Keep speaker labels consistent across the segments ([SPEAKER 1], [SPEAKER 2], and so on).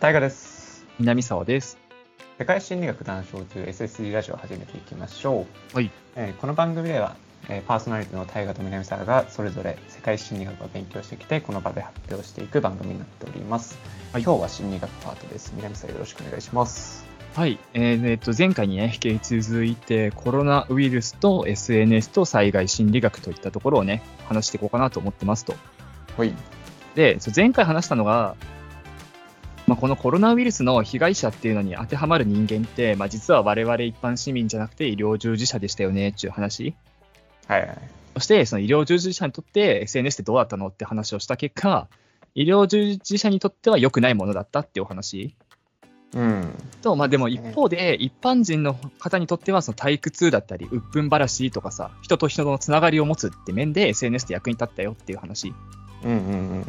[SPEAKER 1] 大河です。
[SPEAKER 2] 南沢です。
[SPEAKER 1] 世界心理学談笑中 SSD ラジオを始めていきましょう。
[SPEAKER 2] はい
[SPEAKER 1] えーこの番組では、えーパーソナリティの大河と南沢がそれぞれ世界心理学を勉強してきてこの場で発表していく番組になっております。
[SPEAKER 2] はい
[SPEAKER 1] 今日は心理学パートです。南沢よろしくお願いします。
[SPEAKER 2] はい。えーえっと、前回にね、引き続いて、コロナウイルスと SNS と災害心理学といったところをね、話していこうかなと思ってますと。
[SPEAKER 1] はい。
[SPEAKER 2] で、そう前回話したのが、まあ、このコロナウイルスの被害者っていうのに当てはまる人間って、まあ、実は我々一般市民じゃなくて医療従事者でしたよねっていう話。
[SPEAKER 1] はいはい。
[SPEAKER 2] そして、その医療従事者にとって SNS ってどうだったのって話をした結果、医療従事者にとっては良くないものだったっていうお話。
[SPEAKER 1] うん。
[SPEAKER 2] と、まあ、でも一方で、一般人の方にとっては、その退屈だったり、鬱憤ばらしとかさ、人と人とのつながりを持つって面で SNS で役に立ったよっていう話
[SPEAKER 1] うんうんうんうん。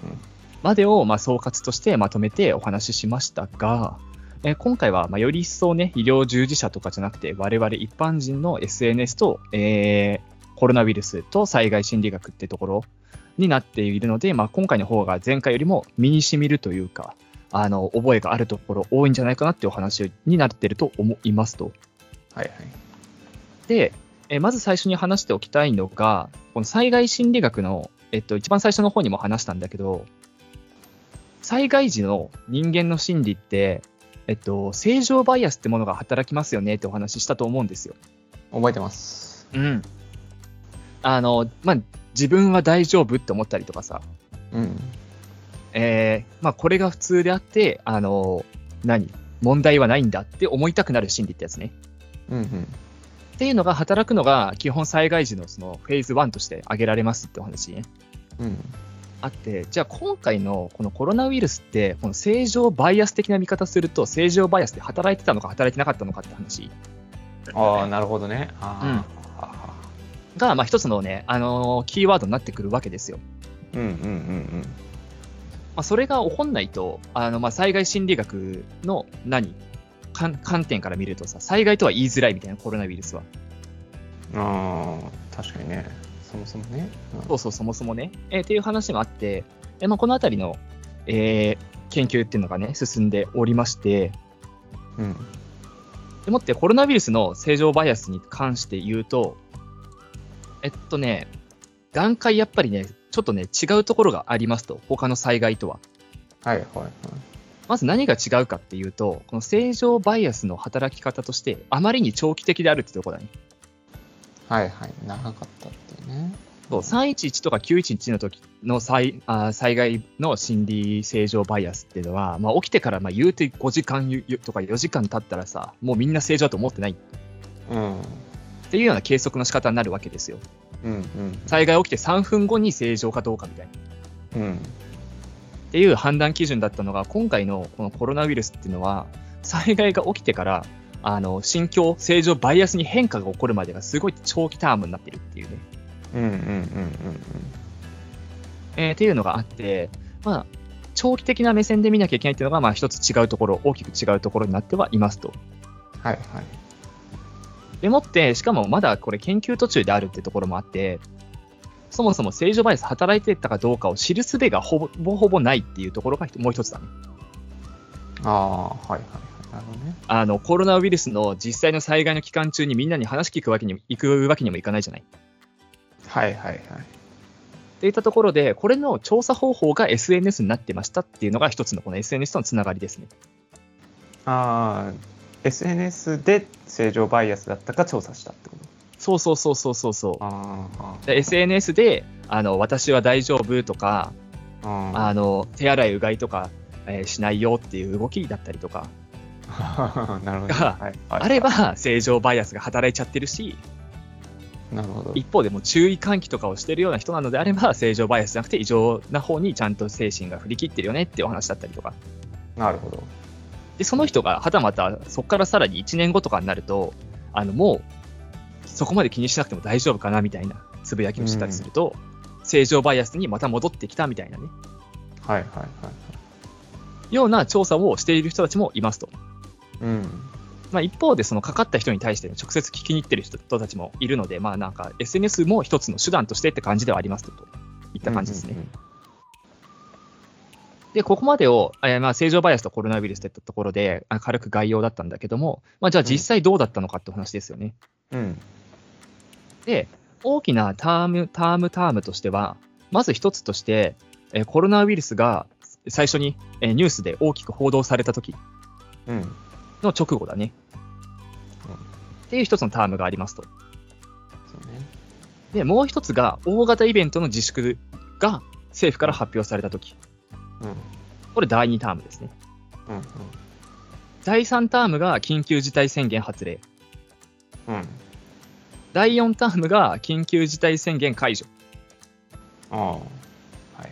[SPEAKER 2] までを、まあ、総括としてまとめてお話ししましたが、えー今回は、まあ、より一層ね、医療従事者とかじゃなくて、我々一般人の SNS と、えーコロナウイルスと災害心理学ってところになっているので、まあ、今回の方が前回よりも身にしみるというか、あの覚えがあるところ多いんじゃないかなっていうお話になってると思いますと。
[SPEAKER 1] はいはい。
[SPEAKER 2] で、えーまず最初に話しておきたいのが、この災害心理学の、えっと、一番最初の方にも話したんだけど、災害時の人間の心理って、えっと、正常バイアスってものが働きますよねってお話ししたと思うんですよ。
[SPEAKER 1] 覚えてます。
[SPEAKER 2] うん。あの、まあ、自分は大丈夫って思ったりとかさ、
[SPEAKER 1] うん。
[SPEAKER 2] えーまあ、これが普通であって、あの、何問題はないんだって思いたくなる心理ってやつね。
[SPEAKER 1] うんうん。
[SPEAKER 2] っていうのが働くのが基本災害時のそのフェーズ1として挙げられますってお話ね
[SPEAKER 1] うん。
[SPEAKER 2] あってじゃあ今回のこのコロナウイルスってこの正常バイアス的な見方すると正常バイアスで働いてたのか働いてなかったのかって話
[SPEAKER 1] ああ、なるほどね。ああ。
[SPEAKER 2] がまあ一つのねあのーキーワードになってくるわけですよ、
[SPEAKER 1] うんうんうん
[SPEAKER 2] まあ、それが起こんないとあのまあ災害心理学の何かん観点から見るとさ災害とは言いづらいみたいなコロナウイルスは
[SPEAKER 1] うん。ああ、確かにね。そもそもね。うん
[SPEAKER 2] そうそう、そもそもね。えーっていう話もあって、えーまあ、このあたりの、えー研究っていうのがね、進んでおりまして、
[SPEAKER 1] うん。
[SPEAKER 2] でもってコロナウイルスの正常バイアスに関して言うと、えっとね、段階やっぱりね、ちょっとね、違うところがありますと、他の災害とは。
[SPEAKER 1] はいはいはい。
[SPEAKER 2] まず何が違うかっていうと、この正常バイアスの働き方として、あまりに長期的であるってところだね。
[SPEAKER 1] はいはい。長かったっていうね。
[SPEAKER 2] そう311とか911の時の災あ災害の心理正常バイアスっていうのは、まあ、起きてからまあ言うて5時間ゆゆとか4時間経ったらさもうみんな正常だと思ってないっ
[SPEAKER 1] うん。
[SPEAKER 2] ていうような計測の仕方になるわけですよ
[SPEAKER 1] うんうん。
[SPEAKER 2] 災害起きて3分後に正常かどうかみたいな
[SPEAKER 1] うん。
[SPEAKER 2] っていう判断基準だったのが今回のこのコロナウイルスっていうのは災害が起きてからあの心境正常バイアスに変化が起こるまでがすごい長期タームになってるっていうね
[SPEAKER 1] うんうんうん
[SPEAKER 2] えーっていうのがあって、まあ、長期的な目線で見なきゃいけないっていうのが、まあ、一つ違うところ、大きく違うところになってはいますと。
[SPEAKER 1] うん。はいはい。
[SPEAKER 2] でもって、しかもまだこれ研究途中であるってところもあって、そもそも正常バイアス働いてたかどうかを知る術がほぼほぼほぼないっていうところがもう一つだね。
[SPEAKER 1] ああ、はいはいはい。なるほどね。
[SPEAKER 2] あの、コロナウイルスの実際の災害の期間中にみんなに話聞くわけにも、行くわけにもいかないじゃない。
[SPEAKER 1] はいはいはい。
[SPEAKER 2] っていったところで、これの調査方法が SNS になってましたっていうのが一つのこの SNS とのつながりですね。
[SPEAKER 1] ああ、SNS で正常バイアスだったか調査したってこと
[SPEAKER 2] そうそうそうそうそうそう。
[SPEAKER 1] ああ
[SPEAKER 2] で SNS であの私は大丈夫とか
[SPEAKER 1] あ
[SPEAKER 2] あの手洗いうがいとか、えーしないよっていう動きだったりとか
[SPEAKER 1] あ。 なるほどね。
[SPEAKER 2] が
[SPEAKER 1] はいはい
[SPEAKER 2] あれば正常バイアスが働いちゃってるし
[SPEAKER 1] なるほど。
[SPEAKER 2] 一方でもう注意喚起とかをしてるような人なのであれば正常バイアスじゃなくて異常な方にちゃんと精神が振り切ってるよねっていうお話だったりとか
[SPEAKER 1] なるほど。
[SPEAKER 2] でその人がはたまたそこからさらに1年後とかになるとあのもうそこまで気にしなくても大丈夫かなみたいなつぶやきをしたりすると、正常バイアスにまた戻ってきたみたいなね
[SPEAKER 1] はいはいはいはい。
[SPEAKER 2] ような調査をしている人たちもいますと。
[SPEAKER 1] うん。
[SPEAKER 2] まあ、一方で、そのかかった人に対して直接聞きに行ってる人たちもいるので、まあ、なんか SNS も一つの手段としてって感じではありますとといった感じですね。
[SPEAKER 1] うんうんうん。
[SPEAKER 2] で、ここまでを、えーまあ、正常バイアスとコロナウイルスといったところで、あ軽く概要だったんだけども、まあ、じゃあ実際どうだったのかってお話ですよね。
[SPEAKER 1] うん。
[SPEAKER 2] で、大きなターム、ターム、タームとしては、まず一つとして、えーコロナウイルスが最初に、えーニュースで大きく報道された時
[SPEAKER 1] うん。
[SPEAKER 2] の直後だね。
[SPEAKER 1] うん
[SPEAKER 2] っていう一つのタームがありますと。
[SPEAKER 1] そうね。
[SPEAKER 2] で、もう一つが、大型イベントの自粛が政府から発表された時。
[SPEAKER 1] うん。
[SPEAKER 2] これ第2タームですね。
[SPEAKER 1] うん。
[SPEAKER 2] 第3タームが緊急事態宣言発令。
[SPEAKER 1] うん。うん。
[SPEAKER 2] 第4タームが緊急事態宣言解除
[SPEAKER 1] ああ。はいはい。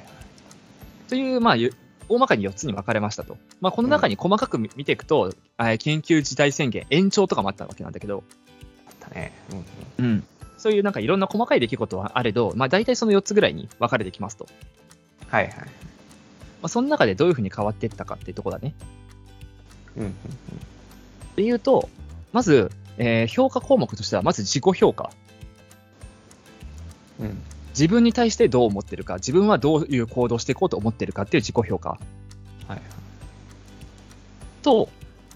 [SPEAKER 2] という、まあ、ゆ大まかに4つに分かれましたと。まあ、この中に細かく見見ていくと、えー緊急事態宣言延長とかもあったわけなんだけど、
[SPEAKER 1] あったね。うん。
[SPEAKER 2] そういうなんかいろんな細かい出来事はあれど、まあ、大体その4つぐらいに分かれてきますと。
[SPEAKER 1] はいはい。
[SPEAKER 2] まあ、その中でどういうふうに変わっていったかっていうところだね。
[SPEAKER 1] うん。うん
[SPEAKER 2] でいうと、まず、えー評価項目としては、まず自己評価。
[SPEAKER 1] うん。うん。
[SPEAKER 2] 自分に対してどう思ってるか、自分はどういう行動をしていこうと思ってるかっていう自己評価
[SPEAKER 1] はいはい。
[SPEAKER 2] と、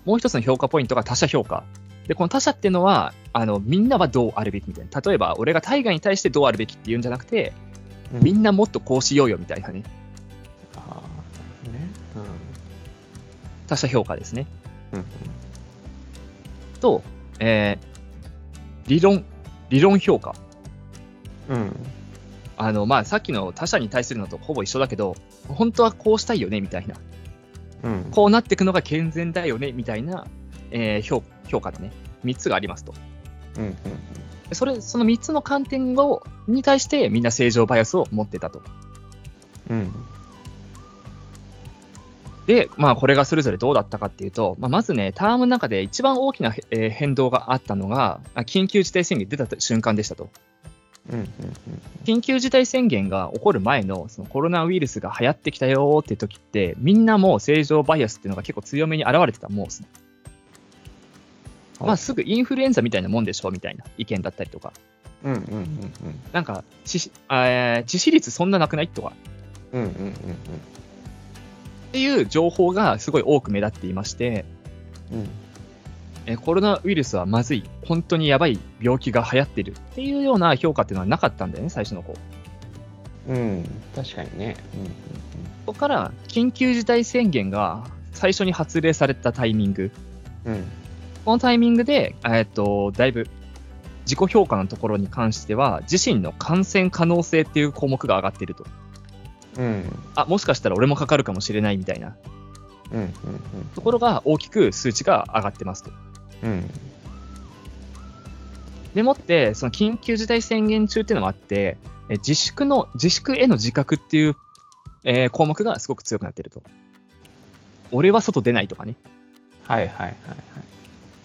[SPEAKER 2] もう一つの評価ポイントが他者評価。で、この他者っていうのは、あの、みんなはどうあるべきみたいな。例えば、俺が大河に対してどうあるべきっていうんじゃなくて、みん
[SPEAKER 1] な。
[SPEAKER 2] なもっとこうしようよみたいなね、
[SPEAKER 1] ああ。なるほどね。
[SPEAKER 2] 他者評価ですね。
[SPEAKER 1] うん。うん。
[SPEAKER 2] と、えー理論、理論評価。
[SPEAKER 1] うん。
[SPEAKER 2] あの、まあ、さっきの他者に対するのとほぼ一緒だけど、本当はこうしたいよねみたいな。
[SPEAKER 1] うん。
[SPEAKER 2] こうなっていくのが健全だよねみたいな、えー評評価のね、3つがありますと。
[SPEAKER 1] うん。うん。
[SPEAKER 2] それ、その3つの観点を、に対してみんな正常バイアスを持ってたと。
[SPEAKER 1] うん。
[SPEAKER 2] で、まあ、これがそれぞれどうだったかっていうと、まあ、まずね、タームの中で一番大きな、えー変動があったのが、あ緊急事態宣言出た瞬間でしたと。
[SPEAKER 1] うん。うん。
[SPEAKER 2] 緊急事態宣言が起こる前のそのコロナウイルスが流行ってきたよーって時って、みんなもう正常バイアスっていうのが結構強めに現れてた、もうす、
[SPEAKER 1] はい
[SPEAKER 2] まあ、すぐインフルエンザみたいなもんでしょみたいな意見だったりとか、
[SPEAKER 1] うん。うん。うん。うん。
[SPEAKER 2] なんか、致死えー致死率そんななくないとか
[SPEAKER 1] うん。うん。
[SPEAKER 2] っていう情報がすごい多く目立っていまして、
[SPEAKER 1] うん。うん。
[SPEAKER 2] えーコロナウイルスはまずい、本当にやばい病気が流行ってるっていうような評価っていうのはなかったんだよね、最初の方。こ
[SPEAKER 1] うん、確かにね。
[SPEAKER 2] こから緊急事態宣言が最初に発令されたタイミング、
[SPEAKER 1] うん、うん、
[SPEAKER 2] このタイミングで、えーっとだいぶ自己評価のところに関しては、自身の感染可能性っていう項目が上がっていると。
[SPEAKER 1] うん、うん、
[SPEAKER 2] あ、もしかしたら俺もかかるかもしれないみたいな
[SPEAKER 1] うん、うん、
[SPEAKER 2] ところが大きく数値が上がってますと。
[SPEAKER 1] うん、
[SPEAKER 2] でもって、その緊急事態宣言中っていうのもあって、え自粛の、自粛への自覚っていう、えー項目がすごく強くなってると。俺は外出ないとかね。
[SPEAKER 1] はいはいはいはい。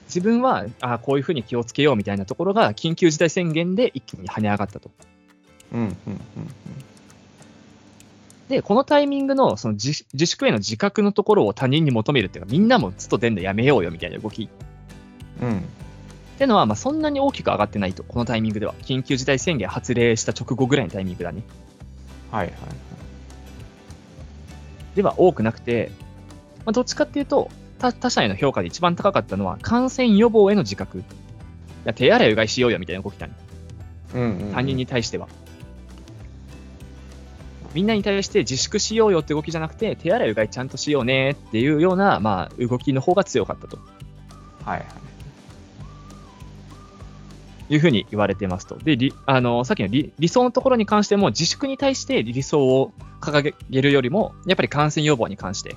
[SPEAKER 2] 自分は、あーこういうふうに気をつけようみたいなところが、緊急事態宣言で一気に跳ね上がったと。
[SPEAKER 1] うん、うん、うん、
[SPEAKER 2] で、このタイミングのその自自粛への自覚のところを他人に求めるっていうか、みんなも外出んのやめようよみたいな動きっ
[SPEAKER 1] うん、うん、
[SPEAKER 2] てのは、まあ、そんなに大きく上がってないと。このタイミングでは。緊急事態宣言発令した直後ぐらいのタイミングだね。
[SPEAKER 1] はいはい。
[SPEAKER 2] では多くなくて、まあ、どっちかっていうと他、他者への評価で一番高かったのは、感染予防への自覚。いや手洗いうがいしようよみたいな動きだね。
[SPEAKER 1] うん、うん、
[SPEAKER 2] 他人に。対しては。みんなに対して自粛しようよって動きじゃなくて、手洗いうがいちゃんとしようねっていうような、まあ、動きの方が強かったと
[SPEAKER 1] はいはい。
[SPEAKER 2] いうふうに言われてますと。で、りあのさっきの理理想のところに関しても、自粛に対して理想を掲げるよりも、やっぱり感染予防に関して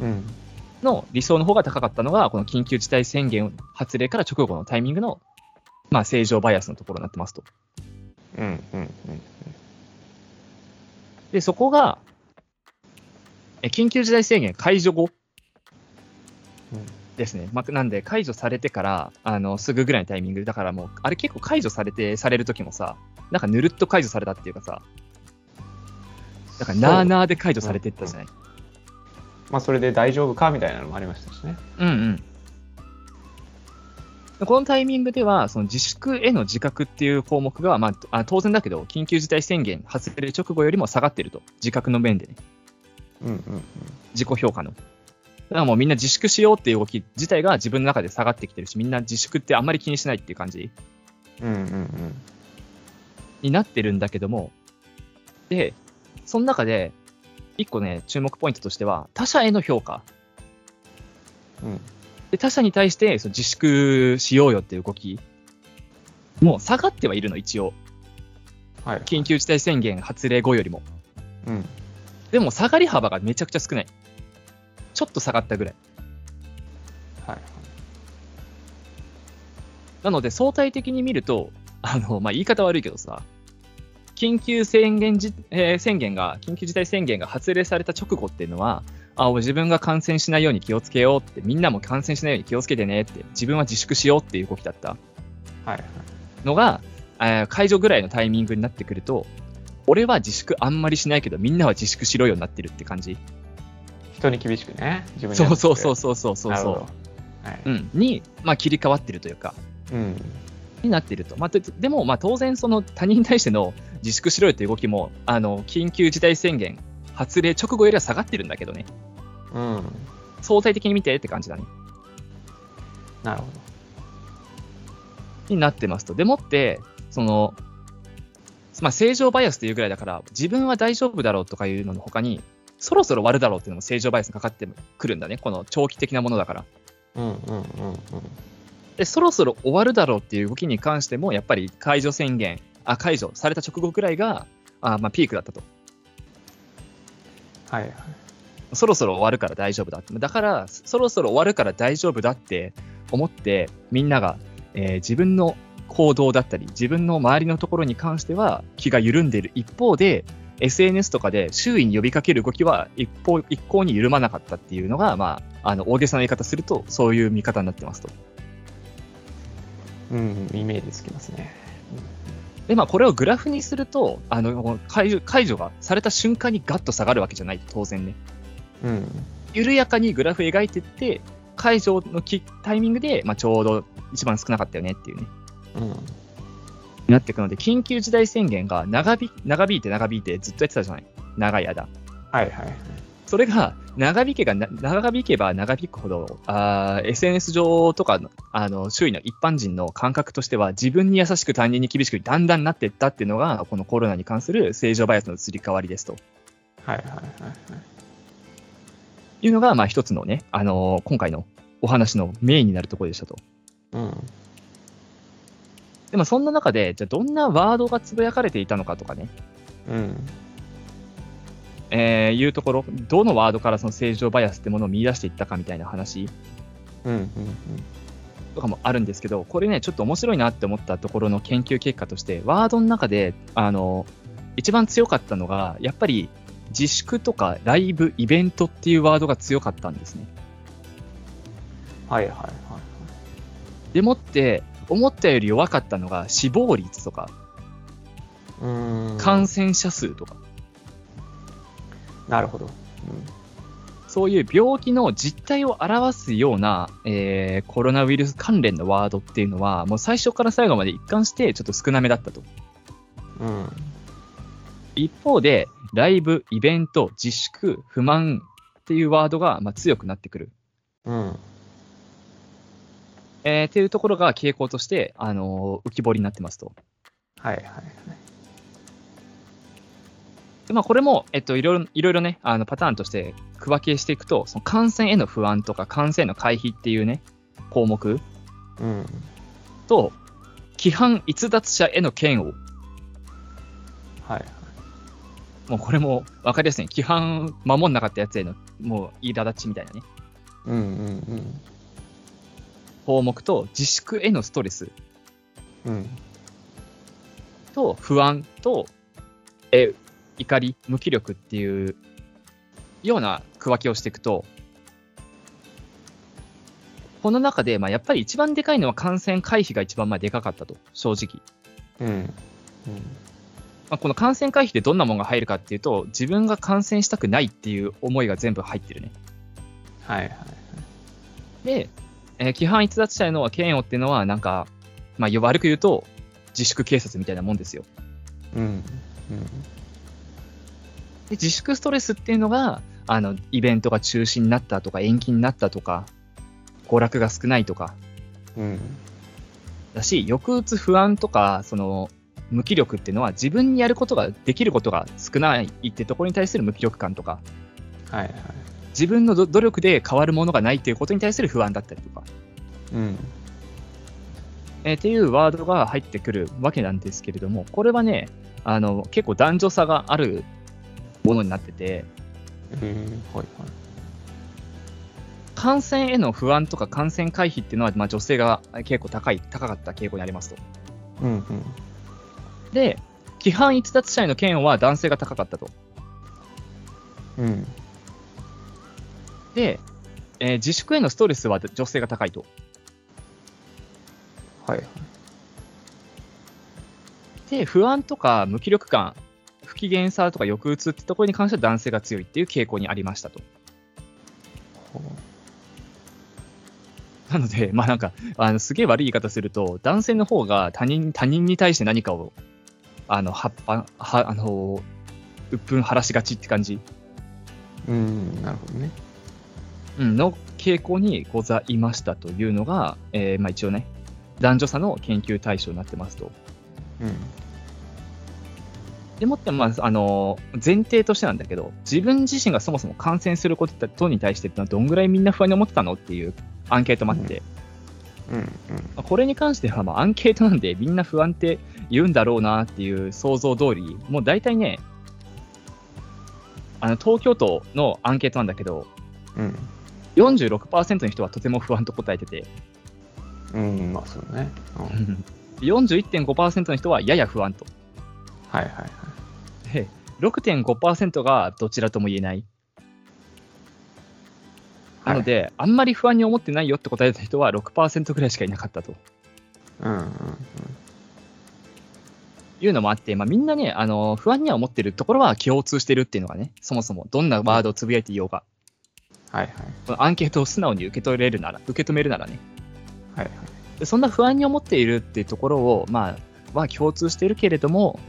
[SPEAKER 1] うん、
[SPEAKER 2] の理想の方が高かったのが、この緊急事態宣言発令から直後のタイミングの、まあ、正常バイアスのところになってますと。
[SPEAKER 1] うん、うん、
[SPEAKER 2] で、そこが、え緊急事態宣言解除後
[SPEAKER 1] うん
[SPEAKER 2] ですね。まあ、なんで、解除されてからあのすぐぐらいのタイミングだからもう、あれ結構解除されて、される時もさ、なんかぬるっと解除されたっていうかさ、なんかなーなーで解除されてったじゃない。
[SPEAKER 1] まあ、それで大丈夫かみたいなのもありましたしね。
[SPEAKER 2] うんうん。このタイミングでは、その自粛への自覚っていう項目が、まあ、あ当然だけど、緊急事態宣言発令直後よりも下がってると、自覚の面でね。
[SPEAKER 1] うんうん
[SPEAKER 2] 自己評価の。だからもうみんな自粛しようっていう動き自体が自分の中で下がってきてるし、みんな自粛ってあんまり気にしないっていう感じ
[SPEAKER 1] うんうんうん
[SPEAKER 2] になってるんだけども、で、その中で、一個ね、注目ポイントとしては、他者への評価。
[SPEAKER 1] うんうん
[SPEAKER 2] で、他者に対してその自粛しようよっていう動き、もう下がってはいるの、一応。
[SPEAKER 1] はい
[SPEAKER 2] 緊急事態宣言発令後よりも。
[SPEAKER 1] うん
[SPEAKER 2] でも下がり幅がめちゃくちゃ少ない。ちょっと下がったぐらい。
[SPEAKER 1] はい
[SPEAKER 2] なので相対的に見ると、あのまあ、言い方悪いけどさ、緊急宣言じ、えー宣言が、緊急事態宣言が発令された直後っていうのは、あ自分が感染しないように気をつけようって、みんなも感染しないように気をつけてねって、自分は自粛しようっていう動きだった
[SPEAKER 1] はいはい
[SPEAKER 2] のが、えー解除ぐらいのタイミングになってくると、俺は自粛あんまりしないけど、みんなは自粛しろよになってるって感じ。
[SPEAKER 1] 人に厳しくね自分に
[SPEAKER 2] そうそうそ
[SPEAKER 1] そ
[SPEAKER 2] うそうそうそう
[SPEAKER 1] なるほ
[SPEAKER 2] そ
[SPEAKER 1] どはい、
[SPEAKER 2] う。うん、に、まあ、切り替わってるというか、
[SPEAKER 1] うん、
[SPEAKER 2] になっていると、まあ、ででも、まあ、当然、その他人に対しての自粛しろよという動きも、あの緊急事態宣言発令直後よりは下がってるんだけどね、
[SPEAKER 1] うん、
[SPEAKER 2] 相対的に見てって感じだね、
[SPEAKER 1] なるほ
[SPEAKER 2] になってますと。でもって、そのまあ、正常バイアスというぐらいだから、自分は大丈夫だろうとかいうのの他に、そろそろ終わるだろうっていうのも正常バイアスにかかってくるんだね、この長期的なものだから。
[SPEAKER 1] どうんうんうんうん
[SPEAKER 2] で、そろそろ終わるだろうっていう動きに関しても、やっぱり解除宣言、あ解除された直後ぐらいが、あまあ、ピークだったと。
[SPEAKER 1] はいはい
[SPEAKER 2] そろそろ終わるから大丈夫だってだからそろそろ終わるから大丈夫だって思ってみんなが、えー自分の行動だったり自分の周りのところに関しては気が緩んでいる一方で SNS とかで周囲に呼びかける動きは一方一向に緩まなかったっていうのが、まあ、あの大げさな言い方するとそういう見方になってますと。
[SPEAKER 1] うんイメージつきますね
[SPEAKER 2] でまあ、これをグラフにするとあの解除解除がされた瞬間にガッと下がるわけじゃない当然ね。
[SPEAKER 1] うん
[SPEAKER 2] 緩やかにグラフ描いてって、解除のきタイミングで、まあ、ちょうど一番少なかったよねっていうね、
[SPEAKER 1] うん
[SPEAKER 2] なっていくので、緊急事態宣言が長引長引いて長引いてずっとやってたじゃない、長い間。
[SPEAKER 1] はいはい
[SPEAKER 2] それが長引けがな長引けば長引くほど、あー SNS 上とかのあの周囲の一般人の感覚としては、自分に優しく他人に厳しくだんだんなっていったっていうのが、このコロナに関する正常バイアスの移り変わりですと
[SPEAKER 1] はいはいはい
[SPEAKER 2] いうのが、まあ、一つのね、あのー今回のお話のメインになるところでしたと。
[SPEAKER 1] うん
[SPEAKER 2] でもそんな中で、じゃあどんなワードがつぶやかれていたのかとかね、
[SPEAKER 1] うん
[SPEAKER 2] えーいうところ、どのワードからその正常バイアスってものを見出していったかみたいな話
[SPEAKER 1] うんうん
[SPEAKER 2] とかもあるんですけど、これね、ちょっと面白いなって思ったところの研究結果として、ワードの中で、あの、一番強かったのが、やっぱり自粛とかライブ、イベントっていうワードが強かったんですね。
[SPEAKER 1] はいはいはい
[SPEAKER 2] でもって、思ったより弱かったのが死亡率とか
[SPEAKER 1] うん
[SPEAKER 2] 感染者数とか、
[SPEAKER 1] なるほど
[SPEAKER 2] そういう病気の実態を表すような、えーコロナウイルス関連のワードっていうのは、もう最初から最後まで一貫してちょっと少なめだったと。
[SPEAKER 1] うんうん
[SPEAKER 2] 一方で、ライブ、イベント、自粛、不満っていうワードがまあ強くなってくる。
[SPEAKER 1] うん
[SPEAKER 2] えーっていうところが傾向として、あのー浮き彫りになってますと。
[SPEAKER 1] はいはいはい
[SPEAKER 2] でまあ、これも、えっと、いろいろいろいろね、あのパターンとして区分けしていくと、その感染への不安とか感染への回避っていうね、項目
[SPEAKER 1] うん
[SPEAKER 2] と、規範逸脱者への嫌悪
[SPEAKER 1] はい
[SPEAKER 2] もうこれも分かりやすいね。規範守んなかったやつへの、もう苛立ちみたいなね。
[SPEAKER 1] うんうん
[SPEAKER 2] 項目と、自粛へのストレス
[SPEAKER 1] うんうん
[SPEAKER 2] と、不安と、え、怒り、無気力っていうような区分けをしていくと、この中で、まあ、やっぱり一番でかいのは感染回避が一番まあでかかったと、正直。
[SPEAKER 1] うんうん
[SPEAKER 2] まあ、この感染回避でどんなものが入るかっていうと、自分が感染したくないっていう思いが全部入ってるね。
[SPEAKER 1] はいはい
[SPEAKER 2] で、えー規範逸脱者への嫌悪っていうのは、なんか、まあ、悪く言うと、自粛警察みたいなもんですよ。
[SPEAKER 1] うんうん
[SPEAKER 2] で自粛ストレスっていうのが、あのイベントが中止になったとか延期になったとか娯楽が少ないとか
[SPEAKER 1] うん。
[SPEAKER 2] だし抑うつ不安とかその無気力っていうのは自分にやることができることが少ないってところに対する無気力感とか
[SPEAKER 1] はいはい。
[SPEAKER 2] 自分のど努力で変わるものがないっていうことに対する不安だったりとか、
[SPEAKER 1] うん。
[SPEAKER 2] えーっていうワードが入ってくるわけなんですけれどもこれはねあの結構男女差があるものになってて
[SPEAKER 1] えー、はい
[SPEAKER 2] 感染への不安とか感染回避っていうのは、まあ、女性が結構高い高かった傾向にありますと。
[SPEAKER 1] はい。うんうん。
[SPEAKER 2] で規範逸脱者への嫌悪は男性が高かったと。
[SPEAKER 1] うん。
[SPEAKER 2] で、えー自粛へのストレスは女性が高いと。
[SPEAKER 1] はいはい。
[SPEAKER 2] で、不安とか無気力感、不機嫌さとか抑うつってところに関しては男性が強いっていう傾向にありましたと。
[SPEAKER 1] ほ
[SPEAKER 2] なので、ま あなんか、あのすげえ悪い言い方すると、男性の方が他人他人に対して何かを、あの、はっぱ、は、あの、うっぷん晴らしがちって感じ、
[SPEAKER 1] ううん、なるほどね。
[SPEAKER 2] うんの傾向にございましたというのが、えーまあ一応ね、男女差の研究対象になってますと。
[SPEAKER 1] うん。
[SPEAKER 2] でもって、まあ、あの前提としてなんだけど自分自身がそもそも感染することに対してってのはどんぐらいみんな不安に思ってたのっていうアンケートもあって、
[SPEAKER 1] うんうん。
[SPEAKER 2] まあこれに関しては、まあ、アンケートなんでみんな不安って言うんだろうなっていう想像通りもう大体ねあの東京都のアンケートなんだけど
[SPEAKER 1] うん。
[SPEAKER 2] 46%の人はとても不安と答えてて
[SPEAKER 1] うん、まあそうね。うん、はい
[SPEAKER 2] 41.5%の人はやや不安と
[SPEAKER 1] はいはい。
[SPEAKER 2] で6.5%がどちらとも言えないなので、あんまり不安に思ってないよって答えた人は6%ぐらいしかいなかったと
[SPEAKER 1] うんうんうん。
[SPEAKER 2] いうのもあって、まあ、みんなねあの、不安には思ってるところは共通してるっていうのがね、そもそもどんなワードをつぶやいていようが、
[SPEAKER 1] はいはい。
[SPEAKER 2] このアンケートを素直に受け取れるなら、受け止めるならね、
[SPEAKER 1] はいはい。
[SPEAKER 2] でそんな不安に思っているっていうところを、まあ、は共通してるけれども、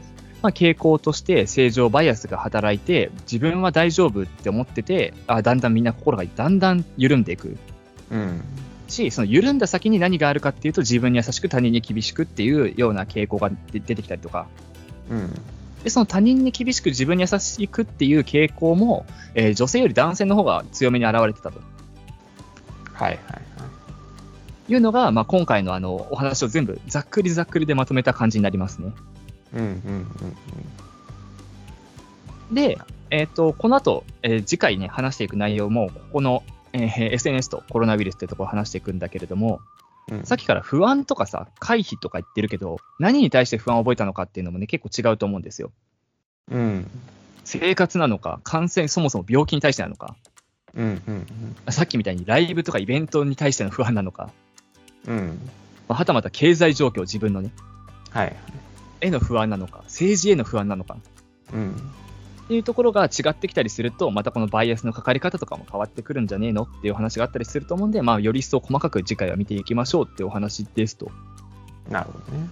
[SPEAKER 2] まあ、傾向として正常バイアスが働いて、自分は大丈夫って思ってて、あだんだんみんな心がだんだん緩んでいく。
[SPEAKER 1] うん。
[SPEAKER 2] し、その緩んだ先に何があるかっていうと、自分に優しく、他人に厳しくっていうような傾向が出出てきたりとか、
[SPEAKER 1] うん。
[SPEAKER 2] でその他人に厳しく、自分に優しくっていう傾向も、えー女性より男性の方が強めに現れてたと
[SPEAKER 1] はいはいはい。
[SPEAKER 2] いうのが、まあ、今回のあのお話を全部ざっくりざっくりでまとめた感じになりますね。
[SPEAKER 1] うんうんうん
[SPEAKER 2] で、えー、とこの後、えー次回ね、話していく内容も、ここの、えー SNS とコロナウイルスってところを話していくんだけれども、
[SPEAKER 1] うん。うん、
[SPEAKER 2] さっきから不安とかさ、回避とか言ってるけど、何に対して不安を覚えたのかっていうのもね、結構違うと思うんですよ。
[SPEAKER 1] うん。
[SPEAKER 2] 生活なのか、感染、そもそも病気に対してなのか、
[SPEAKER 1] うんうん
[SPEAKER 2] さっきみたいにライブとかイベントに対しての不安なのか、
[SPEAKER 1] うん。うん。
[SPEAKER 2] まあはたまた経済状況、自分のね、
[SPEAKER 1] はいはい。
[SPEAKER 2] への不安なのか、政治への不安なのか
[SPEAKER 1] うん。
[SPEAKER 2] っていうところが違ってきたりすると、またこのバイアスのかかり方とかも変わってくるんじゃねえのっていう話があったりすると思うんで、まあ、より一層細かく次回は見ていきましょうっていうお話ですと。
[SPEAKER 1] なるほどね。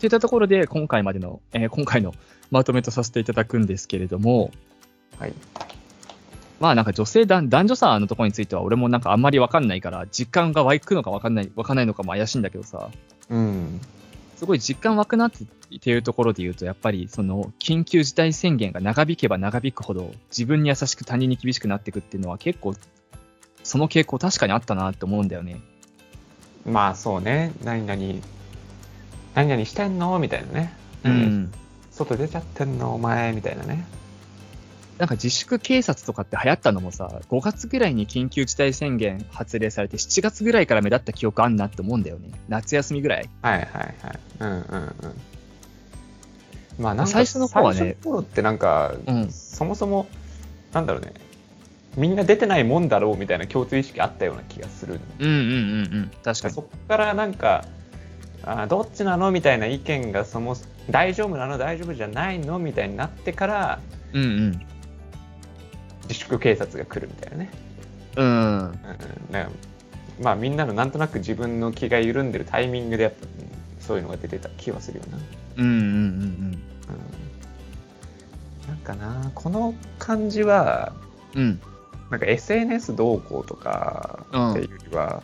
[SPEAKER 2] といったところで、今回までの、えー今回のまとめとさせていただくんですけれども、
[SPEAKER 1] はい。
[SPEAKER 2] まあなんか女性男男女差のところについては俺もなんかあんまりわかんないから実感が湧くのかわかんないわかんないのかも怪しいんだけどさ
[SPEAKER 1] うん。
[SPEAKER 2] すごい実感湧くなってっていうところで言うとやっぱりその緊急事態宣言が長引けば長引くほど自分に優しく他人に厳しくなっていくっていうのは結構その傾向確かにあったなって思うんだよね
[SPEAKER 1] まあそうね。何々、何々してんのみたいなね。外出ちゃってんのお前みたいなね。
[SPEAKER 2] なんか自粛警察とかって流行ったのもさ5月ぐらいに緊急事態宣言発令されて7月ぐらいから目立った記憶あんなって思うんだよね夏休みぐらい
[SPEAKER 1] はいはいはい。うんうんうん。まあなんか
[SPEAKER 2] 最初の方はね
[SPEAKER 1] 最初の頃ってなんか、
[SPEAKER 2] うん
[SPEAKER 1] そもそも、なんだろうね。みんな出てないもんだろうみたいな共通意識あったような気がするんだよね
[SPEAKER 2] うんうんうんうん確かに
[SPEAKER 1] そこからなんかあーどっちなのみたいな意見がそも大丈夫なの大丈夫じゃないのみたいになってから
[SPEAKER 2] うんうん
[SPEAKER 1] 自粛警察が来るみたいなね、
[SPEAKER 2] うん、
[SPEAKER 1] うん、なんかまあみんなのなんとなく自分の気が緩んでるタイミングでやっぱうんそういうのが出てた気はするよな、
[SPEAKER 2] うんうんうんうん
[SPEAKER 1] うん、なんかな。この感じは、
[SPEAKER 2] うん。
[SPEAKER 1] なんか SNS どうこうとか
[SPEAKER 2] うん
[SPEAKER 1] っていうよりは、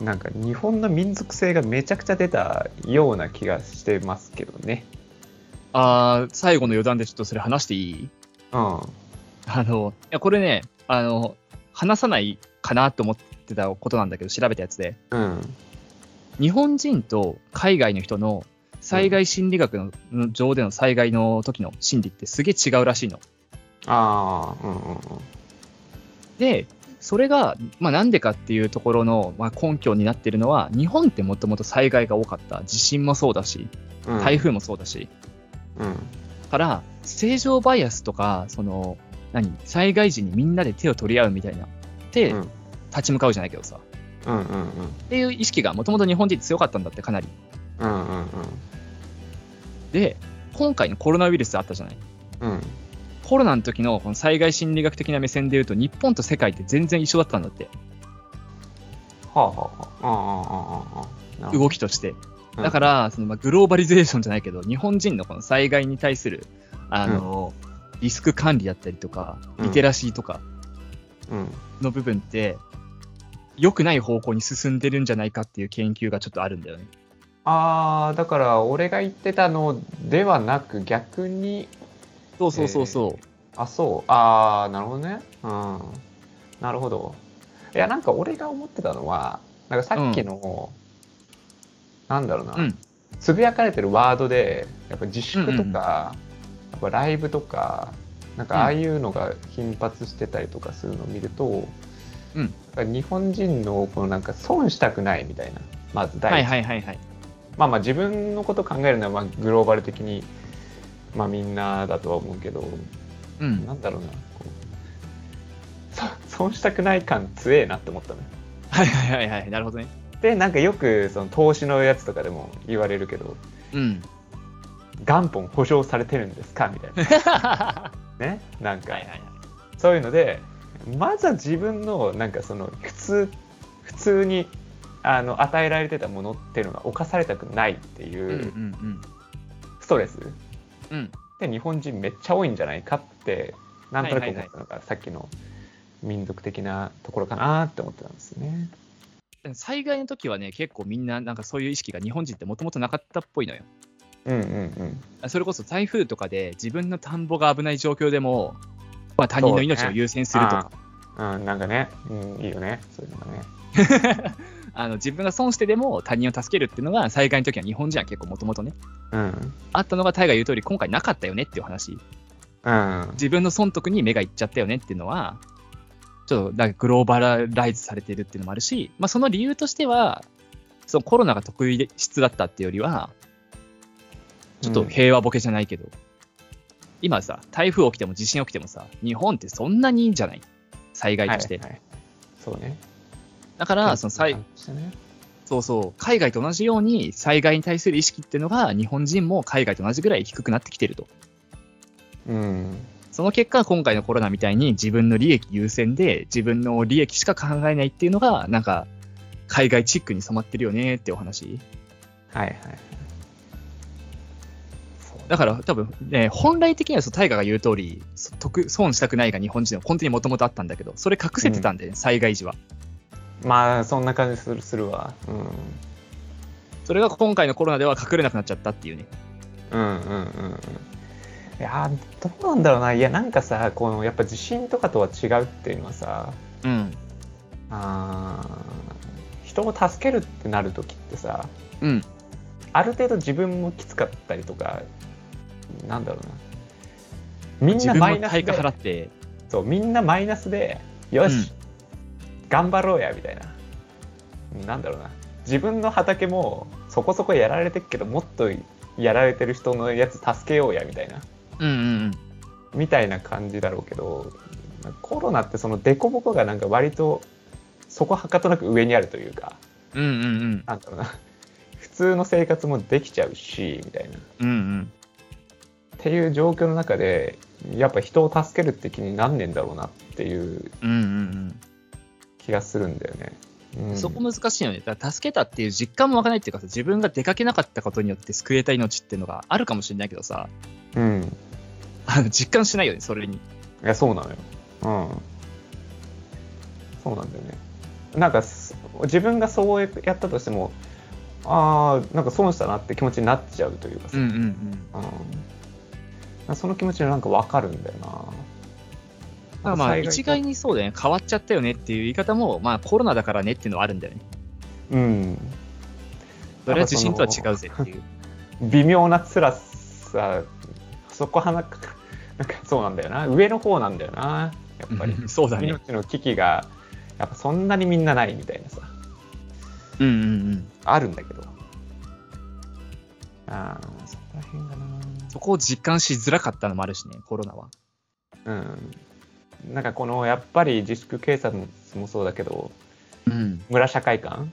[SPEAKER 1] なんか日本の民族性がめちゃくちゃ出たような気がしてますけどね。
[SPEAKER 2] あー最後の余談でちょっとそれ話していい
[SPEAKER 1] うん。
[SPEAKER 2] あの、いや、これね、あの、話さないかなと思ってたことなんだけど、調べたやつで、
[SPEAKER 1] うん。
[SPEAKER 2] 日本人と海外の人の災害心理学のの上での災害の時の心理ってすげえ違うらしいの。
[SPEAKER 1] ああ、うんうんうん。
[SPEAKER 2] で、それが、まあ、なんでかっていうところの、まあ、根拠になってるのは、日本ってもともと災害が多かった。地震もそうだし、
[SPEAKER 1] うん
[SPEAKER 2] 台風もそうだし。
[SPEAKER 1] うん
[SPEAKER 2] から、正常バイアスとか、その、何災害時にみんなで手を取り合うみたいな。で
[SPEAKER 1] う、ん
[SPEAKER 2] 立ち向かうじゃないけどさ。
[SPEAKER 1] うんうんうん
[SPEAKER 2] っていう意識がもともと日本人強かったんだってかなり
[SPEAKER 1] うんうん
[SPEAKER 2] で今回のコロナウイルスあったじゃない
[SPEAKER 1] うんうん
[SPEAKER 2] コロナの時のこの災害心理学的な目線で言うと日本と世界って全然一緒だったんだって
[SPEAKER 1] はあはあはあああああああなるほ
[SPEAKER 2] 動きとして
[SPEAKER 1] ど
[SPEAKER 2] だからそのまあグローバリゼーションじゃないけど日本人のこの災害に対するあの、リスク管理だったりとか
[SPEAKER 1] うん
[SPEAKER 2] リテラシーとか
[SPEAKER 1] うん
[SPEAKER 2] の部分って良くない方向に進んでるんじゃないかっていう研究がちょっとあるんだよね
[SPEAKER 1] ああだから俺が言ってたのではなく逆に
[SPEAKER 2] そうそうそうそう、
[SPEAKER 1] あそうああなるほどねうんなるほどいやなんか俺が思ってたのはなんかさっきの、なんだろうな、
[SPEAKER 2] うん
[SPEAKER 1] つぶやかれてるワードでやっぱ自粛とか、やっぱライブとかなんかああいうのが頻発してたりとかするのを見ると、
[SPEAKER 2] うん
[SPEAKER 1] なんか日本人のこのなんか損したくないみたいなまず第一
[SPEAKER 2] はいはいはいはい
[SPEAKER 1] まあまあ自分のこと考えるのはまあグローバル的に、まあ、みんなだとは思うけど
[SPEAKER 2] うん
[SPEAKER 1] なんだろうな こうそ損したくない感強えなって思ったのよ
[SPEAKER 2] はいはいはいはいなるほどね
[SPEAKER 1] でなんかよくその投資のやつとかでも言われるけど
[SPEAKER 2] うん
[SPEAKER 1] 元本保証されてるんですかみたいな
[SPEAKER 2] は
[SPEAKER 1] ねなん
[SPEAKER 2] い
[SPEAKER 1] か、
[SPEAKER 2] はいはい。
[SPEAKER 1] そういうのでまずは自分のなんかその普通普通にあの与えられてたものっていうのが侵されたくないって
[SPEAKER 2] うんう
[SPEAKER 1] いうんストレス
[SPEAKER 2] うん。うん。
[SPEAKER 1] で日本人めっちゃ多いんじゃないかってなんとなく思ったのがさっきの民族的なところかなって思ってたんですよね。
[SPEAKER 2] 災害の時はね、結構みんな、なんかそういう意識が日本人ってもともとなかったっぽいのよ。
[SPEAKER 1] うんうんうん
[SPEAKER 2] それこそ台風とかで自分の田んぼが危ない状況でも、まあ、他人の命を優先するとか、
[SPEAKER 1] あーうん、なんかね、うん、いいよね、そういうのがね。
[SPEAKER 2] あの自分が損してでも他人を助けるっていうのが災害の時は日本人は結構もともとね、
[SPEAKER 1] うん、
[SPEAKER 2] あったのがタイが言う通り今回なかったよねっていう話、
[SPEAKER 1] うん、
[SPEAKER 2] 自分の損得に目がいっちゃったよねっていうのは、ちょっとなんかグローバライズされてるっていうのもあるし、まあ、その理由としては、そのコロナが得意質だったっていうよりは、ちょっと平和ボケじゃないけど、今さ、台風起きても地震起きてもさ、日本ってそんなにいいんじゃない災害として。
[SPEAKER 1] はいはいそうね。
[SPEAKER 2] だから、その災、
[SPEAKER 1] そうね
[SPEAKER 2] そうそう、海外と同じように災害に対する意識っていうのが、日本人も海外と同じぐらい低くなってきてると。
[SPEAKER 1] うん、
[SPEAKER 2] その結果、今回のコロナみたいに自分の利益優先で、自分の利益しか考えないっていうのが、なんか、海外チックに染まってるよねってお話。
[SPEAKER 1] はいはいはい。そう
[SPEAKER 2] だから多分、ね、本来的にはそう大河が言う通りそ得損したくないが日本人は本当にもともとあったんだけどそれ隠せてたんだよね、災害時は
[SPEAKER 1] まあそんな感じするするわ、うん、
[SPEAKER 2] それが今回のコロナでは隠れなくなっちゃったっていうね
[SPEAKER 1] うんうんうんうんいやーどうなんだろうないやなんかさこのやっぱ地震とかとは違うっていうのはさ
[SPEAKER 2] うん
[SPEAKER 1] あー人を助けるってなるときってさ
[SPEAKER 2] うん
[SPEAKER 1] ある程度自分もきつかったりとかなんだろうなみん
[SPEAKER 2] 自
[SPEAKER 1] な
[SPEAKER 2] 分
[SPEAKER 1] マイ
[SPEAKER 2] も
[SPEAKER 1] ナ
[SPEAKER 2] 対
[SPEAKER 1] ス
[SPEAKER 2] 価払
[SPEAKER 1] で
[SPEAKER 2] って
[SPEAKER 1] そうみんなマイナスでよし、頑張ろうやみたいななんだろうな自分の畑もそこそこやられてるけどもっとやられてる人のやつ助けようやみたいな
[SPEAKER 2] うんうんうん
[SPEAKER 1] みたいな感じだろうけどコロナってその凸凹がなんか割とそこはかとなく上にあるというか
[SPEAKER 2] うんうん
[SPEAKER 1] なんだろうな普通の生活もできちゃうしみたいなっ
[SPEAKER 2] うんうん
[SPEAKER 1] ていう状況の中でやっぱ人を助けるって気になんねんだろうなっていう
[SPEAKER 2] うんうん
[SPEAKER 1] 気がするんだよね。う、
[SPEAKER 2] うんん、そこ難しいよね。だから助けたっていう実感もわかないっていうかさ、自分が出かけなかったことによって救えた命っていうのがあるかもしれないけどさ、
[SPEAKER 1] うん、
[SPEAKER 2] あの 実感しないよね、それに。
[SPEAKER 1] いや、そうなのよ。うん。そうなんだよね。なんか、す自分がそうやったとしても、ああ、なんか損したなって気持ちになっちゃうというかさ、
[SPEAKER 2] うんうん。
[SPEAKER 1] うん、その気持ちがなんかわかるんだよな。
[SPEAKER 2] まあ、
[SPEAKER 1] 災害と
[SPEAKER 2] 一概にそうだよね、変わっちゃったよねっていう言い方も、まあ、コロナだからねっていうのはあるんだよね。
[SPEAKER 1] うん、
[SPEAKER 2] それは地震とは違うぜっていう。
[SPEAKER 1] 微妙な辛さ、そこはなん か、なんかそうなんだよな、上の方なんだよな、やっぱり。
[SPEAKER 2] うんそうだね。
[SPEAKER 1] 命の危機が、やっぱそんなにみんなないみたいなさ、
[SPEAKER 2] うんうんうん。
[SPEAKER 1] あるんだけど。ああ、そこら辺がな。
[SPEAKER 2] そこを実感しづらかったのもあるしね、コロナは。
[SPEAKER 1] うん。なんかこの、やっぱり自粛警察ももそうだけど、
[SPEAKER 2] うん。
[SPEAKER 1] 村社会感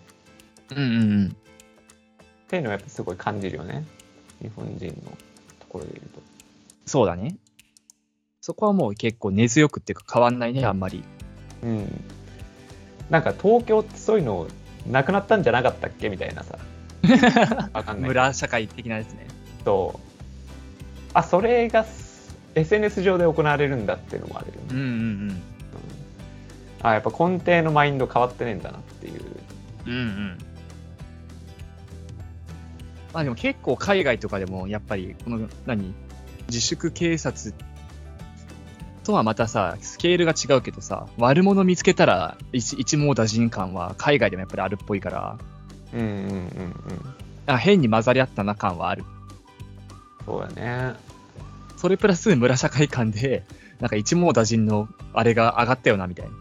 [SPEAKER 2] うんうんうん。
[SPEAKER 1] っていうのはやっぱすごい感じるよね日本人のところで言うと
[SPEAKER 2] そうだね。そこはもう結構根強くっていうか変わんないね、あんまり。
[SPEAKER 1] うんなんか東京ってそういうのなくなったんじゃなかったっけみたいな さわかんない
[SPEAKER 2] 村社会的なですね。
[SPEAKER 1] とあそれが SNS 上で行われるんだっていうのもあるよね、
[SPEAKER 2] うんうん
[SPEAKER 1] うんあやっぱ根底のマインド変わってねえんだなっていう
[SPEAKER 2] うん。うんうん。まあでも結構海外とかでもやっぱりこの何自粛警察とはまたさスケールが違うけどさ悪者見つけたら一一網打尽感は海外でもやっぱりあるっぽいから
[SPEAKER 1] うんうんうんうん
[SPEAKER 2] あ変に混ざり合ったな感はある
[SPEAKER 1] そうだね
[SPEAKER 2] それプラス村社会観でなんか一網打尽のあれが上がったよなみたいな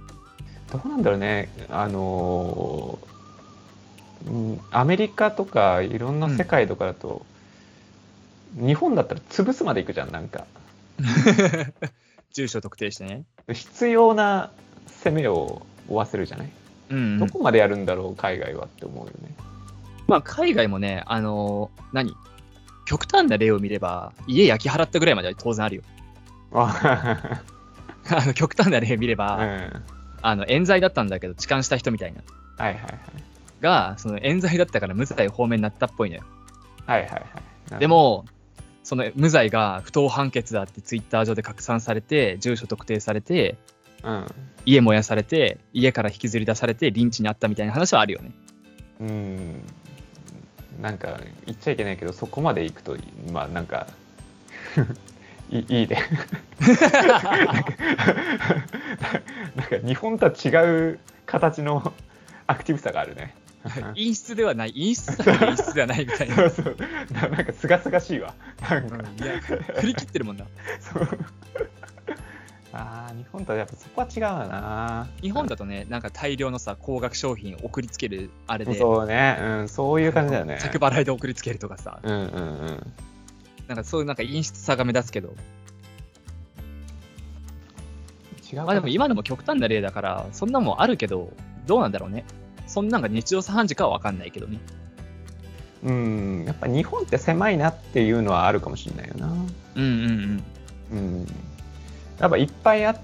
[SPEAKER 1] どうなんだろうね、あのーうん、アメリカとかいろんな世界とかだと、日本だったら潰すまでいくじゃん、なんか、
[SPEAKER 2] 住所特定してね。
[SPEAKER 1] 必要な攻めを負わせるじゃない、
[SPEAKER 2] うん、
[SPEAKER 1] どこまでやるんだろう、海外はって思うよね。
[SPEAKER 2] まあ海外もね、あのー何極端な例を見れば、家焼き払ったぐらいまでは当然あるよ。
[SPEAKER 1] あ
[SPEAKER 2] あの極端な例を見れば、
[SPEAKER 1] うん、はい
[SPEAKER 2] あの冤罪だったんだけど、痴漢した人みたいな。
[SPEAKER 1] はいはい。
[SPEAKER 2] が、その冤罪だったから無罪方面になったっぽいのよ。
[SPEAKER 1] はいはいはい。
[SPEAKER 2] で、も、その無罪が不当判決だってツイッター上で拡散されて、住所特定されて、
[SPEAKER 1] うん。
[SPEAKER 2] 家燃やされて、家から引きずり出されて、リンチにあったみたいな話はあるよね。
[SPEAKER 1] うん。なんか、言っちゃいけないけど、そこまで行くと、まあなんか、いいいね。なんか日本とは違う形のアクティブさがあるね。
[SPEAKER 2] 陰湿ではない、陰湿だけど陰湿ではないみたいな。
[SPEAKER 1] そうそうななんかすがすがしいわ。なんか
[SPEAKER 2] いや振り切ってるもんな
[SPEAKER 1] そうああ日本とはやっぱそこは違うわな。
[SPEAKER 2] 日本だとねなんか大量のさ高額商品を送りつけるあれで
[SPEAKER 1] そうね、うん、そういう感じだよね。
[SPEAKER 2] 着払いで送りつけるとかさ
[SPEAKER 1] うんうんうん。
[SPEAKER 2] なんかそういうなんか陰湿さが目立つけど
[SPEAKER 1] 違う
[SPEAKER 2] まあでも今のも極端な例だからそんなもんあるけどどうなんだろうねそんなんが日常茶飯事かは分かんないけどね
[SPEAKER 1] うん、やっぱ日本って狭いなっていうのはあるかもしれないよな。
[SPEAKER 2] うんうん
[SPEAKER 1] うん、やっぱいっぱいあっ、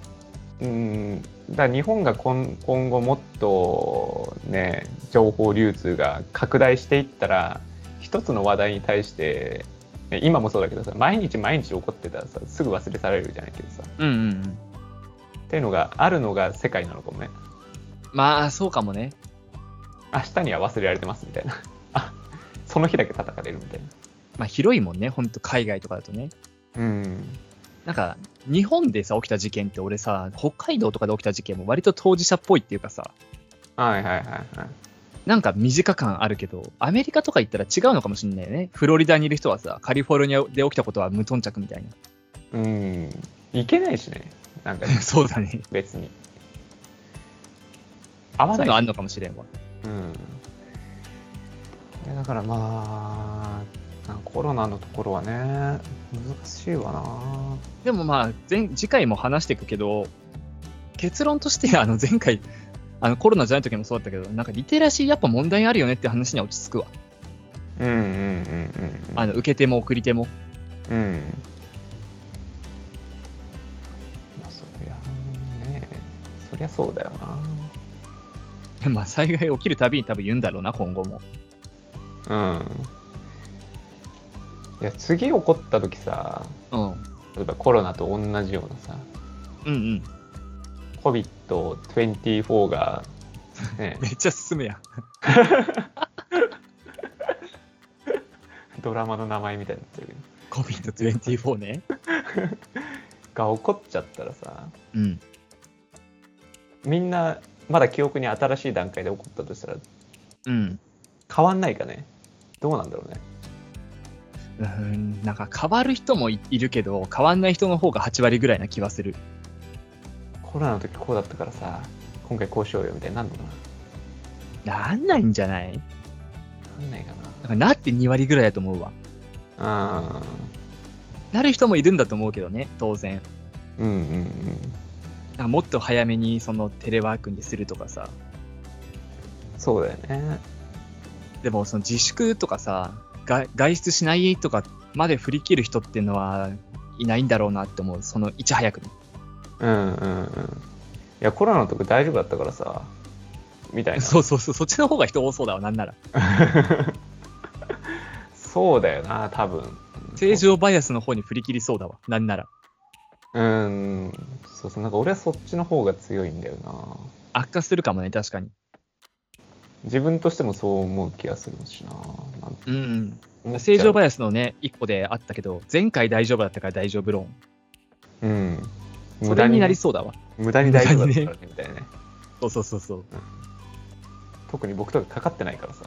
[SPEAKER 1] うん、だから日本が今今後もっとね情報流通が拡大していったら一つの話題に対して、ね、今もそうだけどさ毎日毎日起こってたらさすぐ忘れ去られるじゃないけどさっ
[SPEAKER 2] うんうんうんうん
[SPEAKER 1] ていうのがあるのが世界なのかもね
[SPEAKER 2] まあそうかもね
[SPEAKER 1] 明日には忘れられてますみたいなあその日だけ叩かれるみたいな。
[SPEAKER 2] まあ広いもんねほんと海外とかだとね
[SPEAKER 1] うん、
[SPEAKER 2] なんか日本でさ起きた事件って俺さ北海道とかで起きた事件も割と当事者っぽいっていうかさ
[SPEAKER 1] はいはいはいはい
[SPEAKER 2] なんか短感あるけど、アメリカとか行ったら違うのかもしれないよね。フロリダにいる人はさ、カリフォルニアで起きたことは無頓着みたいな。
[SPEAKER 1] うんいけないしねなんか
[SPEAKER 2] そうだね。
[SPEAKER 1] 別に合
[SPEAKER 2] そ
[SPEAKER 1] わ
[SPEAKER 2] うい
[SPEAKER 1] な
[SPEAKER 2] う
[SPEAKER 1] い
[SPEAKER 2] のあんのかもしれんわ。
[SPEAKER 1] うん、いやだからまあなんかコロナのところはね難しいわな
[SPEAKER 2] でもまあ前、次回も話していくけど、結論として、あの前回、あのコロナじゃない時もそうだったけど、なんかリテラシーやっぱ問題あるよねって話には落ち着くわ。
[SPEAKER 1] うんうんうんうん
[SPEAKER 2] あの受け手も送り手も。
[SPEAKER 1] うんまあそりゃねそりゃそうだよ
[SPEAKER 2] まあ災害起きるたびに多分言うんだろうな、今後も。
[SPEAKER 1] なうんいや次起こった時さ
[SPEAKER 2] うん。
[SPEAKER 1] 例えばコロナと同じようなさ
[SPEAKER 2] うんうん。
[SPEAKER 1] COVID24 が、ね、
[SPEAKER 2] めっちゃ進むやん。
[SPEAKER 1] ドラマの名前みたいになってるけど
[SPEAKER 2] COVID-24 ね。
[SPEAKER 1] が起こっちゃったらさ
[SPEAKER 2] うん。
[SPEAKER 1] みんなまだ記憶に新しい段階で起こったとしたら
[SPEAKER 2] うん。
[SPEAKER 1] 変わんないかねどうなんだろうね
[SPEAKER 2] うん、なんか変わる人もいいるけど、変わんない人の方が8割ぐらいな気はする。
[SPEAKER 1] コロナの時こうだったからさ今回こうしようよみたいになんのかな
[SPEAKER 2] なんないんじゃない
[SPEAKER 1] なんないか
[SPEAKER 2] なんかなって2割ぐらいだと思うわ。
[SPEAKER 1] な
[SPEAKER 2] なる人もいるんだと思うけどね、当然。
[SPEAKER 1] うんうんうん
[SPEAKER 2] なんかもっと早めにそのテレワークにするとかさ。
[SPEAKER 1] そうだよね
[SPEAKER 2] でもその自粛とかさ、が外出しないとかまで振り切る人っていうのはいないんだろうなって思う。そのいち早くに。
[SPEAKER 1] うんうんうんいやコロナの時大丈夫だったからさみたいな
[SPEAKER 2] そうそうそう、そっちの方が人多そうだわ、なんなら。
[SPEAKER 1] そうだよな多分
[SPEAKER 2] 正常バイアスの方に振り切りそうだわ、なんなら。
[SPEAKER 1] うんそうそうなんか俺はそっちの方が強いんだよな
[SPEAKER 2] 悪化するかもね、確かに。
[SPEAKER 1] 自分としてもそう思う気がするしななん
[SPEAKER 2] うん、うん。
[SPEAKER 1] 思っちゃう
[SPEAKER 2] 正常バイアスのね、一個であったけど、前回大丈夫だったから大丈夫論。
[SPEAKER 1] うん
[SPEAKER 2] それになりそうだわ。
[SPEAKER 1] 無駄に大丈夫だったからねみたいなね
[SPEAKER 2] そうそうそうそう。
[SPEAKER 1] 特に僕とかかかってないからさ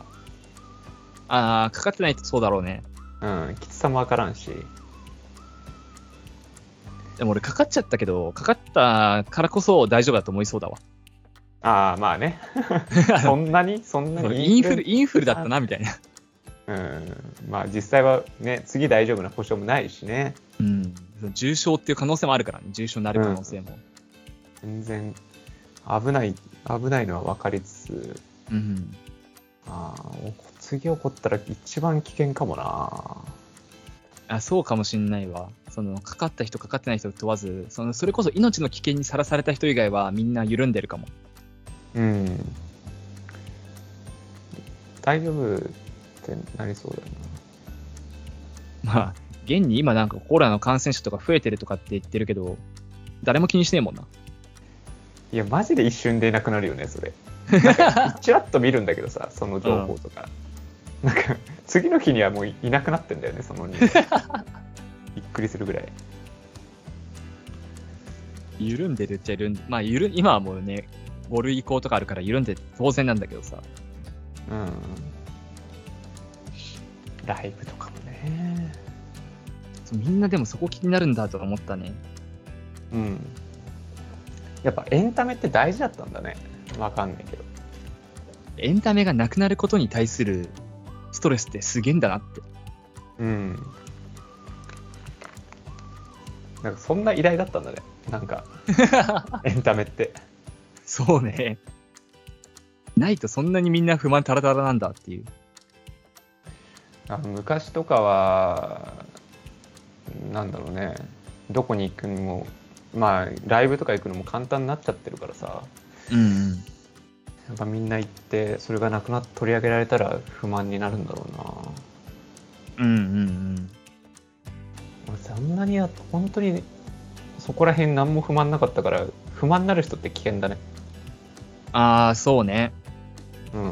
[SPEAKER 2] ああ、かかってないとそうだろうね。
[SPEAKER 1] うんきつさもわからんし
[SPEAKER 2] でも俺かかっちゃったけど、かかったからこそ大丈夫だと思いそうだわ。
[SPEAKER 1] ああまあ ねそんなにそんなに
[SPEAKER 2] インフル、インフルだったな、みたいな。
[SPEAKER 1] うんまあ実際はね次大丈夫な保証もないしね
[SPEAKER 2] うん。その重症っていう可能性もあるからね。重症になる可能性も。
[SPEAKER 1] 全然危ない危ないのは分かりつつ
[SPEAKER 2] うん。
[SPEAKER 1] ああ次起こったら一番危険かもな
[SPEAKER 2] あそうかもしんないわ。その、かかった人、かかってない人問わず、その、それこそ命の危険にさらされた人以外はみんな緩んでるかも。
[SPEAKER 1] うん大丈夫ってなりそうだよ
[SPEAKER 2] まあ、現に今なんかコロナの感染者とか増えてるとかって言ってるけど、誰も気にしねえもんな。
[SPEAKER 1] ないやマジで一瞬でいなくなるよねそれなんかちらっと見るんだけどさそ の情報とか、なんか次の日にはもういなくなってんだよねその 人びっくりするぐらい
[SPEAKER 2] 緩んでるっちゃ緩んで、まあ緩ん、今はもうね、5類移行とかあるから緩んで当然なんだけどさ。
[SPEAKER 1] うんライブとかもね
[SPEAKER 2] そうみんなでもそこ気になるんだと思ったね。
[SPEAKER 1] うんやっぱエンタメって大事だったんだねわかんないけど
[SPEAKER 2] エンタメがなくなることに対するストレスってすげえんだなって。
[SPEAKER 1] うんなんかそんな依頼だったんだねなんかエンタメって
[SPEAKER 2] そうね。ないとそんなにみんな不満たらたらなんだっていう。
[SPEAKER 1] あ昔とかはなんだろうねどこに行くにもまあライブとか行くのも簡単になっちゃってるからさ
[SPEAKER 2] うん。
[SPEAKER 1] やっぱみんな行ってそれがなくなって取り上げられたら不満になるんだろうな
[SPEAKER 2] うんうんうん。
[SPEAKER 1] 俺そんなにや本当にそこら辺何も不満なかったから不満になる人って危険だね
[SPEAKER 2] ああ、そうね。
[SPEAKER 1] うん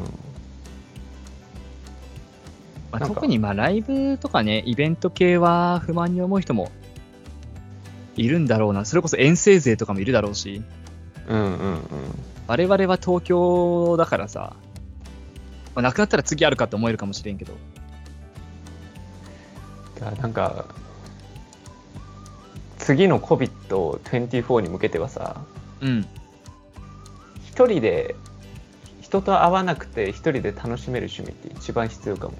[SPEAKER 2] ま
[SPEAKER 1] なんか
[SPEAKER 2] あ、特にまあライブとかね、イベント系は不満に思う人もいるんだろうな、それこそ遠征勢とかもいるだろうし、
[SPEAKER 1] うんうんうん
[SPEAKER 2] 我々は東京だからさ、まあ、なくなったら次あるかって思えるかもしれんけど、
[SPEAKER 1] だからなんか次の COVID24 に向けてはさ
[SPEAKER 2] うん、
[SPEAKER 1] 一人で人と会わなくて一人で楽しめる趣味って一番必要かも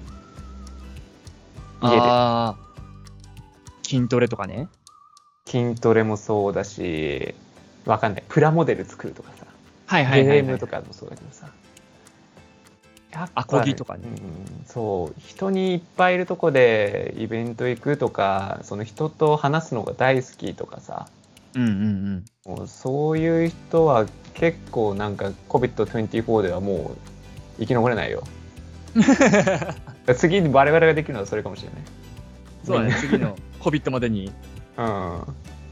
[SPEAKER 1] 家
[SPEAKER 2] あー筋トレとかね、
[SPEAKER 1] で筋トレもそうだしわかんないプラモデル作るとかさ
[SPEAKER 2] はい
[SPEAKER 1] ゲ
[SPEAKER 2] はいはい、
[SPEAKER 1] ー
[SPEAKER 2] は
[SPEAKER 1] ム
[SPEAKER 2] い
[SPEAKER 1] と、かもそうだけどさ
[SPEAKER 2] アコギとかね
[SPEAKER 1] やっぱうんそう人にいっぱいいるとこでイベント行くとかその人と話すのが大好きとかさ
[SPEAKER 2] うんうんうん、
[SPEAKER 1] もうそういう人は結構なんか COVID24 ではもう生き残れないよ次に我々ができるのはそれかもしれない
[SPEAKER 2] そうだね、次の COVID までに
[SPEAKER 1] うん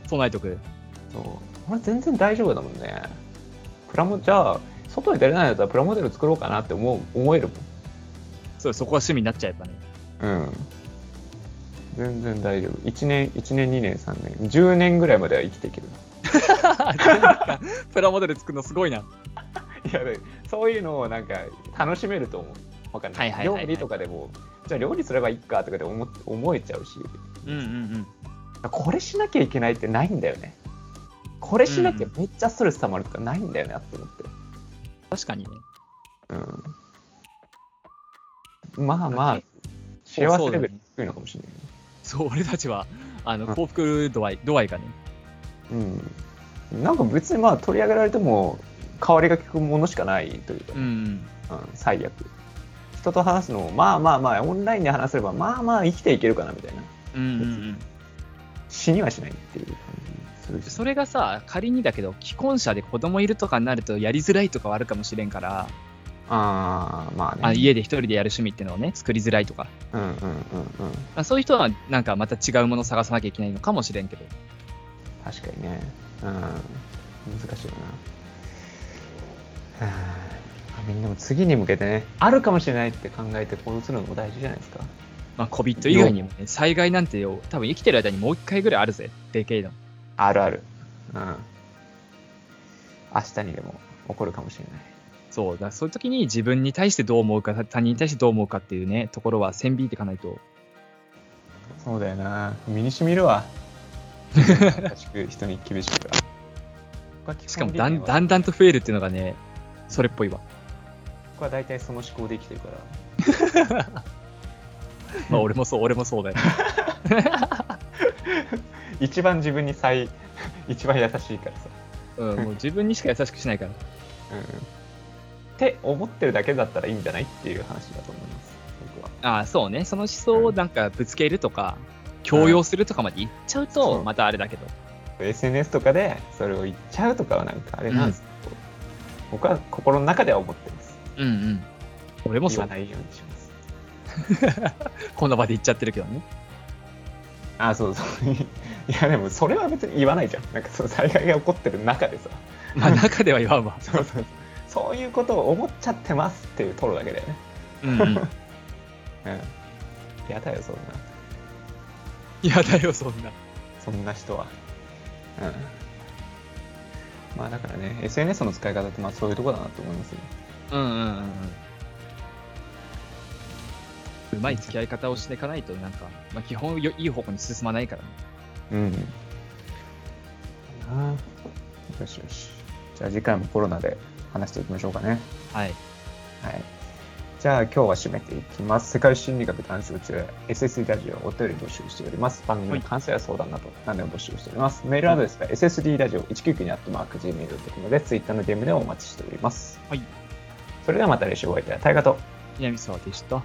[SPEAKER 2] 備えとく。
[SPEAKER 1] そうあれ全然大丈夫だもんねプラモじゃあ外に出れないんだったらプラモデル作ろうかなって思う思えるもん
[SPEAKER 2] そう、そこは趣味になっちゃえばね。
[SPEAKER 1] うん。全然大丈夫。1年、1年、2年、3年、10年ぐらいまでは生きていける。
[SPEAKER 2] プラモデル作るのすごいな。
[SPEAKER 1] いや、でそういうのをなんか楽しめると思う。わかんな
[SPEAKER 2] はい
[SPEAKER 1] い。
[SPEAKER 2] はいはい
[SPEAKER 1] 料
[SPEAKER 2] はい
[SPEAKER 1] 理とかでも、じゃあ料理すればいいかとかで思思えちゃうし、
[SPEAKER 2] うんうんうん。
[SPEAKER 1] これしなきゃいけないってないんだよね。これしなきゃめっちゃストレス溜まるとかないんだよね、って思って。
[SPEAKER 2] 確かにね。
[SPEAKER 1] うん。まあまあ、幸せレベル低いのかもしれない。
[SPEAKER 2] そう、俺たちは、あ
[SPEAKER 1] う
[SPEAKER 2] の、
[SPEAKER 1] ん
[SPEAKER 2] 幸福度合い、度合いがね。
[SPEAKER 1] うん、なんか別にまあ取り上げられても代わりが利くものしかないというか、
[SPEAKER 2] うんうん。
[SPEAKER 1] うん最悪人と話すのもまあまあまあオンラインで話せればまあまあ生きていけるかなみたいな
[SPEAKER 2] うんうんうん。
[SPEAKER 1] 死にはしないっていう感じするし
[SPEAKER 2] それがさ、仮にだけど、既婚者で子供いるとかになると、やりづらいとかはあるかもしれんか
[SPEAKER 1] あ
[SPEAKER 2] ら、
[SPEAKER 1] あまあね
[SPEAKER 2] あ家で一人でやる趣味っていうのをね、作りづらいとか、
[SPEAKER 1] うんうんうんうん
[SPEAKER 2] まあ、そういう人は、なんかまた違うもの探さなきゃいけないのかもしれんけど。
[SPEAKER 1] 確かにねうん難しいよなはあみんなも次に向けてねあるかもしれないって考えて行動するのも大事じゃないですか
[SPEAKER 2] まあ、COVID 以外にもね、災害なんてよ、多分生きてる間にもう一回ぐらいあるぜ、でけえの。
[SPEAKER 1] あるある。うん。明日にでも起こるかもしれない。
[SPEAKER 2] そう、だからそういう時に自分に対してどう思うか、他他人に対してどう思うかっていうね、ところは線引いていかないと。
[SPEAKER 1] そうだよな。身に染みる わ。優しく人に厳しくは。
[SPEAKER 2] しかもだん
[SPEAKER 1] ん。
[SPEAKER 2] だんだんと増えるっていうのがね、それっぽいわ。
[SPEAKER 1] 僕は大体その思考で生きてるから。
[SPEAKER 2] まあ、俺もそう、俺もそうだよ。
[SPEAKER 1] 一番自分に最、 一番優しいからさ。
[SPEAKER 2] うん、もう自分にしか優しくしないから。
[SPEAKER 1] うん。って思ってるだけだったらいいんじゃないっていう話だと思います。僕は。
[SPEAKER 2] ああ、そうね、その思想をなんかぶつけるとか、強要するとかまで言っちゃう
[SPEAKER 1] う
[SPEAKER 2] と、
[SPEAKER 1] ん
[SPEAKER 2] またあれだけど。
[SPEAKER 1] SNS とかでそれを言っちゃうとかはなんかあれなんですけど、僕は心の中では思ってます。
[SPEAKER 2] うんうん。俺も
[SPEAKER 1] 言
[SPEAKER 2] そ
[SPEAKER 1] わ
[SPEAKER 2] う、
[SPEAKER 1] ないようにします。
[SPEAKER 2] この場で言っちゃってるけどね。
[SPEAKER 1] あそうそう いやでもそれは別に言わないじゃんなんかその災害が起こってる中でさ
[SPEAKER 2] まあ、中では言わんわ。
[SPEAKER 1] そうそうそういうことを思っちゃってますっていう取るだけだよね
[SPEAKER 2] うん うん。
[SPEAKER 1] うんやだよそんな
[SPEAKER 2] 嫌だよ、そんな。
[SPEAKER 1] そんな人はうんまあだからね SNS の使い方ってまあそういうとこだなと思いますよ
[SPEAKER 2] うんうんうんうんうまい付き合い方をしていかないとなんか、まあ、基本よいい方向に進まないから、ね、
[SPEAKER 1] うんなあよしよしじゃあ次回もコロナで話していきましょうかね
[SPEAKER 2] はい
[SPEAKER 1] はい。じゃあ今日は締めていきます。世界心理学談笑中 SSD ラジオお便り募集しております。番組の感想や相談など何でも募集しております。メールアドレスが SSD ラジオ199にあってマーク Gmail.com で Twitter の DM でお待ちしております。
[SPEAKER 2] はい。
[SPEAKER 1] それではまた来週お会いいたい。大河と
[SPEAKER 2] 南沢でした